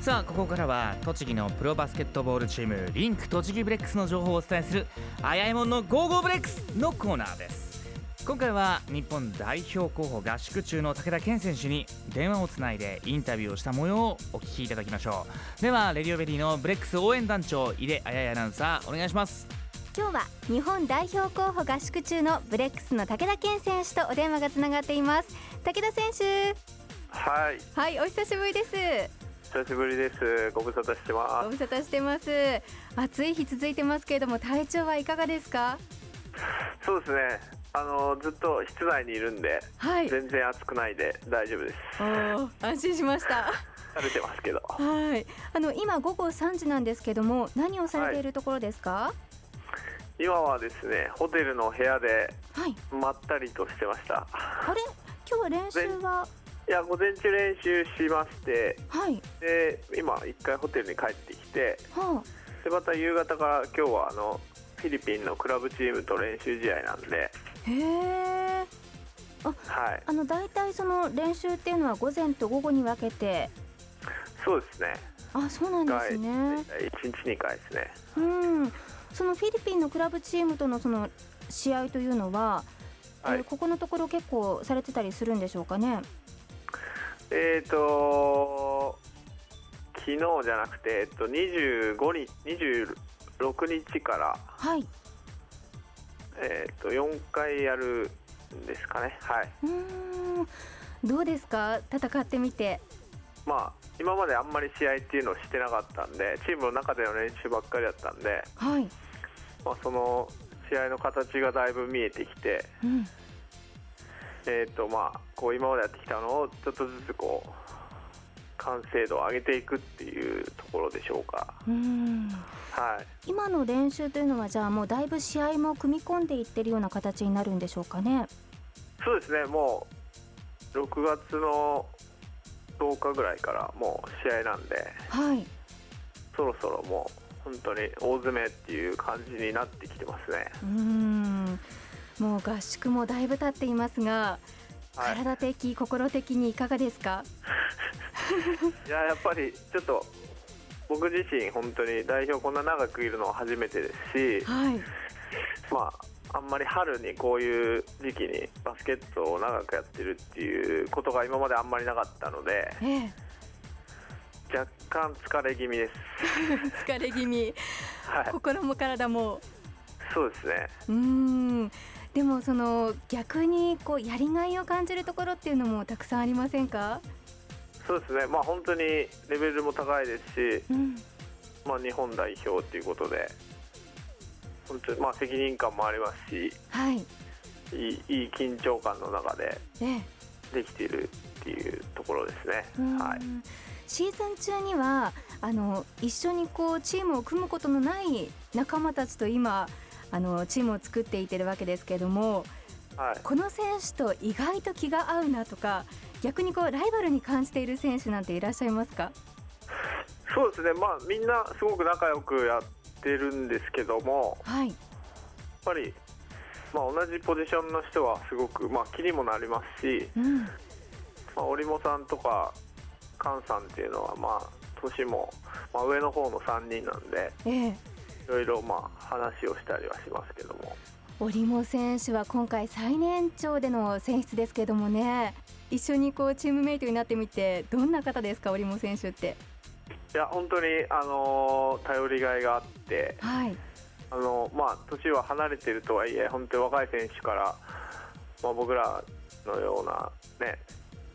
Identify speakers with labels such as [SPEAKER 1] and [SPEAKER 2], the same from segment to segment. [SPEAKER 1] さあここからは栃木のプロバスケットボールチームリンク栃木ブレックスの情報をお伝えする「あやいもんのゴーゴーブレックス」のコーナーです今回は日本代表候補合宿中の武田健選手に電話をつないでインタビューをした模様をお聞きいただきましょうではレディオベリーのブレックス応援団長井出彩アナウンサーお願いします
[SPEAKER 2] 今日は日本代表候補合宿中のブレックスの武田健選手とお電話がつながっています武田選手
[SPEAKER 3] はい、
[SPEAKER 2] はいお久しぶりです
[SPEAKER 3] 久しぶりです。ご無沙汰してま
[SPEAKER 2] ご無沙汰してます暑い日続いてますけれども体調はいかがですか
[SPEAKER 3] す。そうですね。あのずっと室内にいるんで、
[SPEAKER 2] はい
[SPEAKER 3] 全然暑くないで大丈夫です。
[SPEAKER 2] おー安心しました
[SPEAKER 3] 慣れてます けど。
[SPEAKER 2] はいあの今午後3時なんですけども何をされているところですか
[SPEAKER 3] 今はですね、ホテルの部屋で
[SPEAKER 2] はい、
[SPEAKER 3] まったりとしてました。
[SPEAKER 2] あれ今日は練習はい
[SPEAKER 3] や、午前中練習しまして、
[SPEAKER 2] はい
[SPEAKER 3] で今一回ホテルに帰ってきて、
[SPEAKER 2] は
[SPEAKER 3] でまた夕方から今日はあのフィリピンのクラブチームと練習試合なんで、
[SPEAKER 2] あ、へえ
[SPEAKER 3] はい、
[SPEAKER 2] あの大体その練習っていうのは午前と午後に分けて
[SPEAKER 3] そうですね。
[SPEAKER 2] あそうなんですね、
[SPEAKER 3] 一日二回ですね。
[SPEAKER 2] うん、そのフィリピンのクラブチームとのその試合というのは、
[SPEAKER 3] はい
[SPEAKER 2] えーここのところ結構されてたりするんでしょうかね。
[SPEAKER 3] えーと昨日じゃなくて、えっと、25日26日から、
[SPEAKER 2] はい、
[SPEAKER 3] えー、と4回やるんですかね、はい
[SPEAKER 2] うん、どうですか、戦ってみて。
[SPEAKER 3] まあ、今まであんまり試合っていうのをしてなかったんでチームの中での練習ばっかりだったんで、
[SPEAKER 2] はい、
[SPEAKER 3] まあ、その試合の形がだいぶ見えてきて、
[SPEAKER 2] うん、
[SPEAKER 3] えーとまあ、こう今までやってきたのをちょっとずつこう完成度を上げていくっていうところでしょうか。
[SPEAKER 2] うん、
[SPEAKER 3] はい
[SPEAKER 2] 今の練習というのは、じゃあもうだいぶ試合も組み込んでいってるような形になるんでしょうかね。
[SPEAKER 3] そうですね、もう6月の10日ぐらいからもう試合なんで、
[SPEAKER 2] はい、
[SPEAKER 3] そろそろもう本当に大詰めっていう感じになってきてますね。
[SPEAKER 2] うん、もう合宿もだいぶ経っていますが、
[SPEAKER 3] はい、
[SPEAKER 2] 体的、心的にいかがですか。
[SPEAKER 3] いややっぱりちょっと僕自身、本当に代表こんな長くいるのは初めてですし、
[SPEAKER 2] はい、
[SPEAKER 3] まあ、あんまり春にこういう時期にバスケットを長くやってるっていうことが今まであんまりなかったので、
[SPEAKER 2] ええ。
[SPEAKER 3] 若干疲れ気味です。
[SPEAKER 2] 疲れ気味、
[SPEAKER 3] はい、
[SPEAKER 2] 心も体も。
[SPEAKER 3] そうですね
[SPEAKER 2] うーん。でもその逆にこうやりがいを感じるところっていうのもたくさんありませんか？
[SPEAKER 3] そうですね、まあ、本当にレベルも高いですし、
[SPEAKER 2] うん。
[SPEAKER 3] まあ、日本代表ということで、本当にまあ責任感もありますし、
[SPEAKER 2] はい。
[SPEAKER 3] いいいい緊張感の中で
[SPEAKER 2] ええ。
[SPEAKER 3] できているっていうところです
[SPEAKER 2] うー
[SPEAKER 3] ね。
[SPEAKER 2] ん
[SPEAKER 3] はい、
[SPEAKER 2] シーズン中にはあの一緒にこうチームを組むことのない仲間たちと今あのチームを作っていってるわけですけども、
[SPEAKER 3] はい、
[SPEAKER 2] この選手と意外と気が合うなとか、逆にこうライバルに感じている選手なんていらっしゃいますか？
[SPEAKER 3] そうですね、まあ、みんなすごく仲良くやってるんですけども、
[SPEAKER 2] はい。
[SPEAKER 3] やっぱり、まあ、同じポジションの人はすごく、まあ、気にもなりますし、
[SPEAKER 2] うん。
[SPEAKER 3] まあ、織茂さんとか菅さんっていうのは、まあ、年も、まあ、上の方の3人なんで。
[SPEAKER 2] ええ。
[SPEAKER 3] いろいろまあ話をしたりはしますけども、
[SPEAKER 2] 織茂選手は今回最年長での選出ですけどもね一緒にこうチームメイトになってみてどんな方ですか織茂選手って
[SPEAKER 3] いや本当にあのー頼りがいがあって、
[SPEAKER 2] はい
[SPEAKER 3] あのーまあ年は離れてるとはいえ本当に若い選手からまあ僕らのようなね、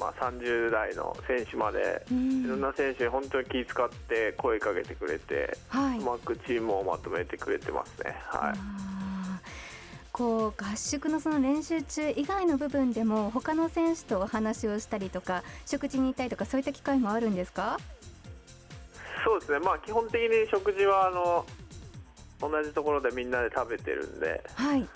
[SPEAKER 3] まあ30代の選手まで。
[SPEAKER 2] う
[SPEAKER 3] いろん
[SPEAKER 2] ん
[SPEAKER 3] な選手に本当に気遣って声かけてくれて、
[SPEAKER 2] はいう
[SPEAKER 3] まくチームをまとめてくれてますね。はい。
[SPEAKER 2] あーこう合宿のその練習中以外の部分でも他の選手とお話をしたりとか食事に行ったりとかそういった機会もあるんですか
[SPEAKER 3] そうですね。まあ基本的に食事はあの同じところでみんなで食べてるんで、
[SPEAKER 2] はい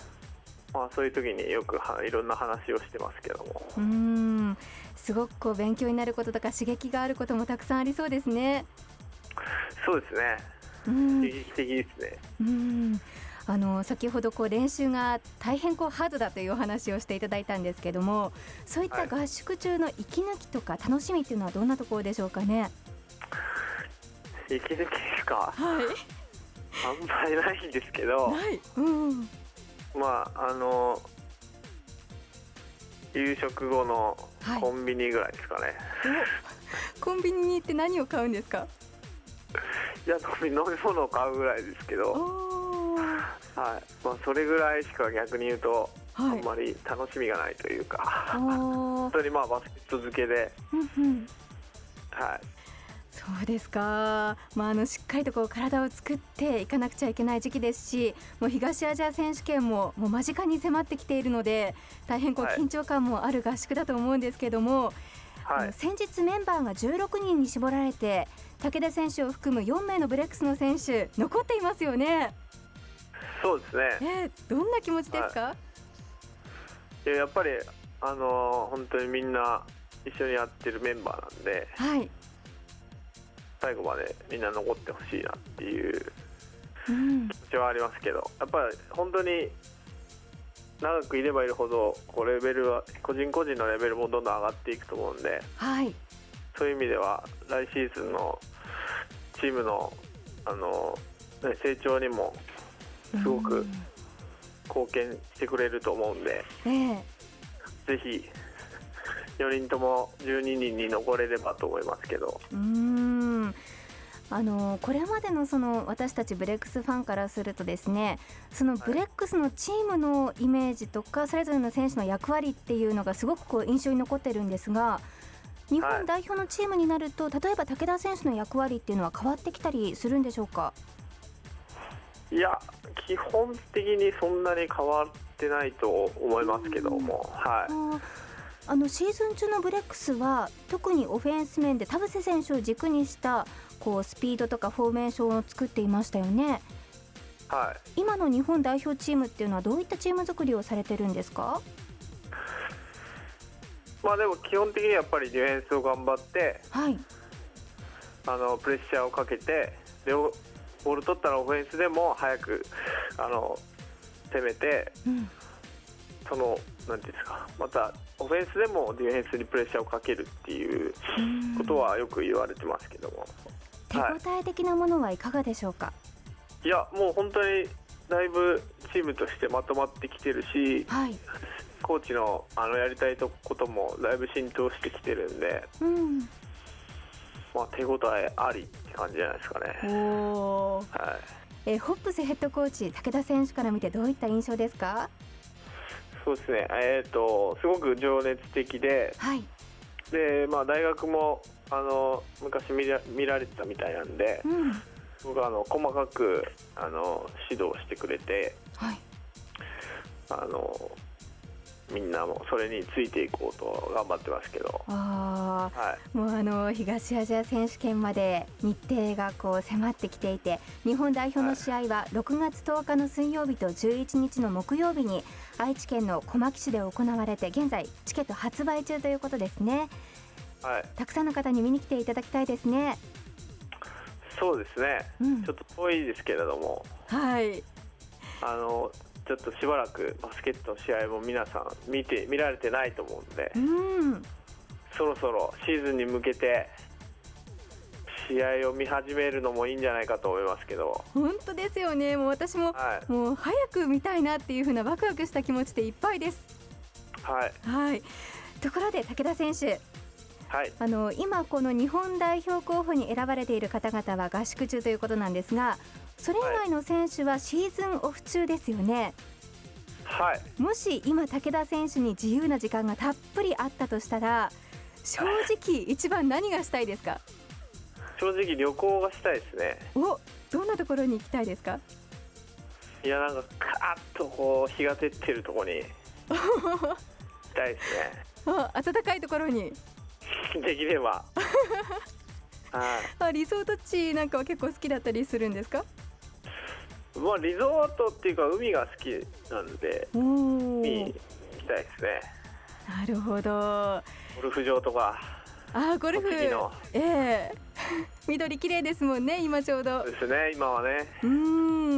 [SPEAKER 3] まあ、そういう時によくはいろんな話をしてますけども
[SPEAKER 2] うんすごくこう勉強になることとか刺激があることもたくさんありそうですね。
[SPEAKER 3] そうですね
[SPEAKER 2] うん
[SPEAKER 3] 刺激的ですね、
[SPEAKER 2] うんあの先ほどこう練習が大変こうハードだというお話をしていただいたんですけどもそういった
[SPEAKER 3] は
[SPEAKER 2] 合宿中の息抜きとか楽しみっていうのはどんなところでしょうかね。
[SPEAKER 3] 息抜きです
[SPEAKER 4] は
[SPEAKER 3] か
[SPEAKER 4] い
[SPEAKER 3] あんまりないんですけど
[SPEAKER 4] ない
[SPEAKER 2] うん
[SPEAKER 3] まああの夕食後の
[SPEAKER 2] はい
[SPEAKER 3] コンビニぐらいですかね、
[SPEAKER 2] コンビニに行って何を買うんですか
[SPEAKER 3] いや飲み飲み物を買うぐらいですけど、はい
[SPEAKER 2] おー
[SPEAKER 3] まあ、それぐらいしか逆に言うと、
[SPEAKER 2] は
[SPEAKER 3] あ
[SPEAKER 2] い
[SPEAKER 3] んまり楽しみがないというか
[SPEAKER 2] お
[SPEAKER 3] 本
[SPEAKER 2] ー
[SPEAKER 3] 当にまあバスケット漬けで、
[SPEAKER 2] うんうん
[SPEAKER 3] はい、
[SPEAKER 2] そうですか、まあ、あのしっかりとこう体を作っていかなくちゃいけない時期ですしもう東アジア選手権ももう間近に迫ってきているので大変こう
[SPEAKER 3] はい
[SPEAKER 2] 緊張感もある合宿だと思うんですけども、あ
[SPEAKER 3] は
[SPEAKER 2] の
[SPEAKER 3] い、
[SPEAKER 2] 先日メンバーが16人に絞られて武田選手を含む4名のブレックスの選手残っていますよね。
[SPEAKER 3] そうですね
[SPEAKER 2] ねどんな気持ちですか、
[SPEAKER 3] いややっぱり、あのー本当にみんな一緒にやってるメンバーなんで
[SPEAKER 2] はい、
[SPEAKER 3] 最後までみんな残ってほしいなっていう
[SPEAKER 2] うん、
[SPEAKER 3] 気持ちはありますけどやっぱり本当に長くいればいるほどこうレベルは個人個人のレベルもどんどん上がっていくと思うんで
[SPEAKER 2] はい、
[SPEAKER 3] そういう意味では来シーズンのチームのあの、ね成長にもすごく貢献してくれると思うんで、
[SPEAKER 2] ええ
[SPEAKER 3] ぜひ4人とも12人に残れればと思いますけど、
[SPEAKER 2] うーんあのこれまでのその私たちブレックスファンからするとですねそのブレックスのチームのイメージとかそれぞれの選手の役割っていうのがすごくこう印象に残ってるんですが日
[SPEAKER 3] は
[SPEAKER 2] 本
[SPEAKER 3] い
[SPEAKER 2] 代表のチームになると、例えば武田選手の役割っていうのは変わってきたりするんでしょうか
[SPEAKER 3] いや、基本的にそんなに変わってないと思いますけども、は
[SPEAKER 2] あーあのシーズン中のブレックスは特にオフェンス面で田臥選手を軸にしたこうスピードとかフォーメーションを作っていましたよね。
[SPEAKER 3] い、はい、
[SPEAKER 2] 今の日本代表チームっていうのはどういったチーム作りをされてるんですか
[SPEAKER 3] まあでも基本的にやっぱりディフェンスを頑張って、
[SPEAKER 2] はい
[SPEAKER 3] あのプレッシャーをかけてでおボール取ったらオフェンスでも早くあの攻めて
[SPEAKER 2] うん
[SPEAKER 3] そのなんていうんですかまたオフェンスでもディフェンスにプレッシャーをかけるっていうことはよく言われてますけども、
[SPEAKER 2] 手応え的なものはいかがでしょうか
[SPEAKER 3] いやもう本当にだいぶチームとしてまとまってきてるし
[SPEAKER 2] はい、
[SPEAKER 3] コーチのあのやりたいとこともだいぶ浸透してきてるんで、
[SPEAKER 2] うん
[SPEAKER 3] まあ、手応えありって感じじゃないですかね。
[SPEAKER 2] お
[SPEAKER 3] はい
[SPEAKER 2] えーホップスヘッドコーチ武田選手から見てどういった印象ですか
[SPEAKER 3] そうですね、えー、とすごく情熱的で
[SPEAKER 2] はい
[SPEAKER 3] で、まあ、大学もあの昔見ら見られてたみたいなんで
[SPEAKER 2] うん
[SPEAKER 3] 僕はあの細かくあの指導してくれて
[SPEAKER 2] はい
[SPEAKER 3] あのみんなもそれについていこうと頑張ってますけど、
[SPEAKER 2] あ
[SPEAKER 3] は
[SPEAKER 2] ーもうあの東アジア選手権まで日程がこう迫ってきていて日本代表の試合は6月10日の水曜日と11日の木曜日に愛知県の小牧市で行われて現在チケット発売中ということですね。
[SPEAKER 3] いはい、
[SPEAKER 2] たくさんの方に見に来ていただきたいですね。
[SPEAKER 3] そうですね
[SPEAKER 2] うん
[SPEAKER 3] ちょっと遠いですけれども
[SPEAKER 4] はい
[SPEAKER 3] あのちょっとしばらくバスケットの試合も皆さん見て見られてないと思うんで。
[SPEAKER 2] うん、
[SPEAKER 3] そろそろシーズンに向けて試合を見始めるのもいいんじゃないかと思いますけど、
[SPEAKER 2] 本当ですよね。もう私も、
[SPEAKER 3] は
[SPEAKER 2] もう早く見たいなっていう風なワクワクした気持ちでいっぱいです。
[SPEAKER 3] い、はい、
[SPEAKER 2] はい。ところで武田選手、
[SPEAKER 3] はい、
[SPEAKER 2] あの今この日本代表候補に選ばれている方々は合宿中ということなんですが、それ以外の選手はシーズンオフ中ですよね。
[SPEAKER 3] はい、
[SPEAKER 2] もし今武田選手に自由な時間がたっぷりあったとしたら、正直一番何がしたいですか。
[SPEAKER 3] 正直旅行がしたいですね。
[SPEAKER 2] お、どんなところに行きたいですか。
[SPEAKER 3] いや、なんかカーッとこう日が照ってるとこに行きたいで
[SPEAKER 2] あ暖かいところに
[SPEAKER 3] すね。できれば。は
[SPEAKER 2] あリゾート地なんかは結構好きだったりするんですか
[SPEAKER 3] い、まあリゾートっていうか海が好きなんで、
[SPEAKER 2] おお
[SPEAKER 3] 海
[SPEAKER 2] な
[SPEAKER 3] 行きたいですね。
[SPEAKER 2] るほどあ
[SPEAKER 3] ゴルフ場とか、
[SPEAKER 2] ーゴルフ
[SPEAKER 3] 栃木の
[SPEAKER 2] ええ 緑綺麗ですもんね今ちょうど
[SPEAKER 3] そうですね。今はね、
[SPEAKER 2] うー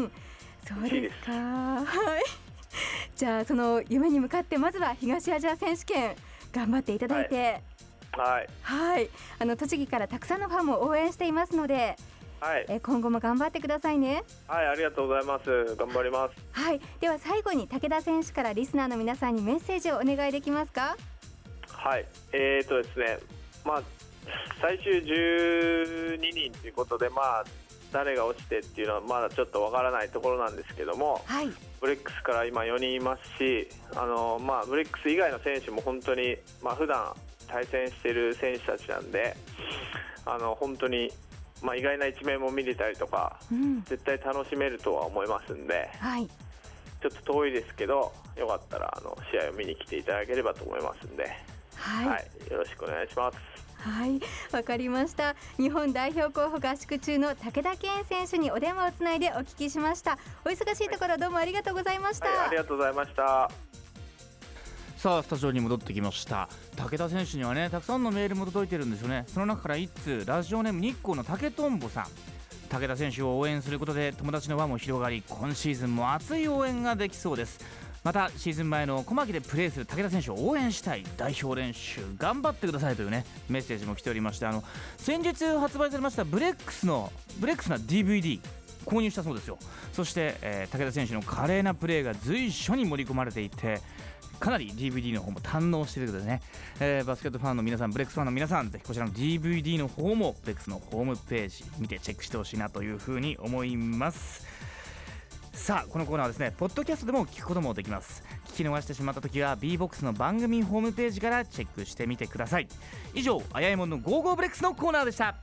[SPEAKER 2] んそうですかはい じゃあその夢に向かってまずは東アジア選手権頑張っていただいて
[SPEAKER 3] はい、
[SPEAKER 2] はいあの栃木からたくさんのファンも応援していますので
[SPEAKER 3] はい、
[SPEAKER 2] えー今後も頑張ってくださいね。
[SPEAKER 3] はい、ありがとうございます。頑張ります。
[SPEAKER 2] はい、では最後に武田選手からリスナーの皆さんにメッセージをお願いできますか。
[SPEAKER 3] はい、えーとですね、まあ、最終12人ということで、まあ、誰が落ちてっていうのはまだちょっとわからないところなんですけども、
[SPEAKER 2] はい、
[SPEAKER 3] ブレックスから今4人いますし、あのまあ、ブレックス以外の選手も本当に、まあ普段対戦している選手たちなんで、あの本当に、まあ、意外な一面も見れたりとか、
[SPEAKER 2] うん、
[SPEAKER 3] 絶対楽しめるとは思いますんで、
[SPEAKER 2] はい、
[SPEAKER 3] ちょっと遠いですけど、よかったらあの試合を見に来ていただければと思いますんで。
[SPEAKER 2] はい、
[SPEAKER 3] は
[SPEAKER 2] はい、
[SPEAKER 3] い、よろしくお願いします。
[SPEAKER 2] わ、かりました。日本代表候補合宿中の武田健選手にお電話をつないでお聞きしました。お忙しいところどうもありがとうございました。
[SPEAKER 3] はい、ありがとうございました。
[SPEAKER 1] さあスタジオに戻ってきました武田選手にはねたくさんのメールも届いてるんですよねその中から一通ラジオネーム日光の竹とんぼさん武田選手を応援することで友達の輪も広がり今シーズンも熱い応援ができそうですまたシーズン前の小牧でプレーする武田選手を応援したい代表練習頑張ってくださいというねメッセージも来ておりましてあの先日発売されましたブレックスのブレックスな DVD 購入したそうですよそして、えー武田選手の華麗なプレーが随所に盛り込まれていてかなり DVD の方も堪能しているのでね、えーバスケットファンの皆さんブレックスファンの皆さんぜひこちらの DVD の方もブレックスのホームページ見てチェックしてほしいなというふうに思いますさあこのコーナーはですねポッドキャストでも聞くこともできます聞き逃してしまった時は b ボックスの番組ホームページからチェックしてみてください以上あやいもんのゴーゴーブレックスのコーナーでした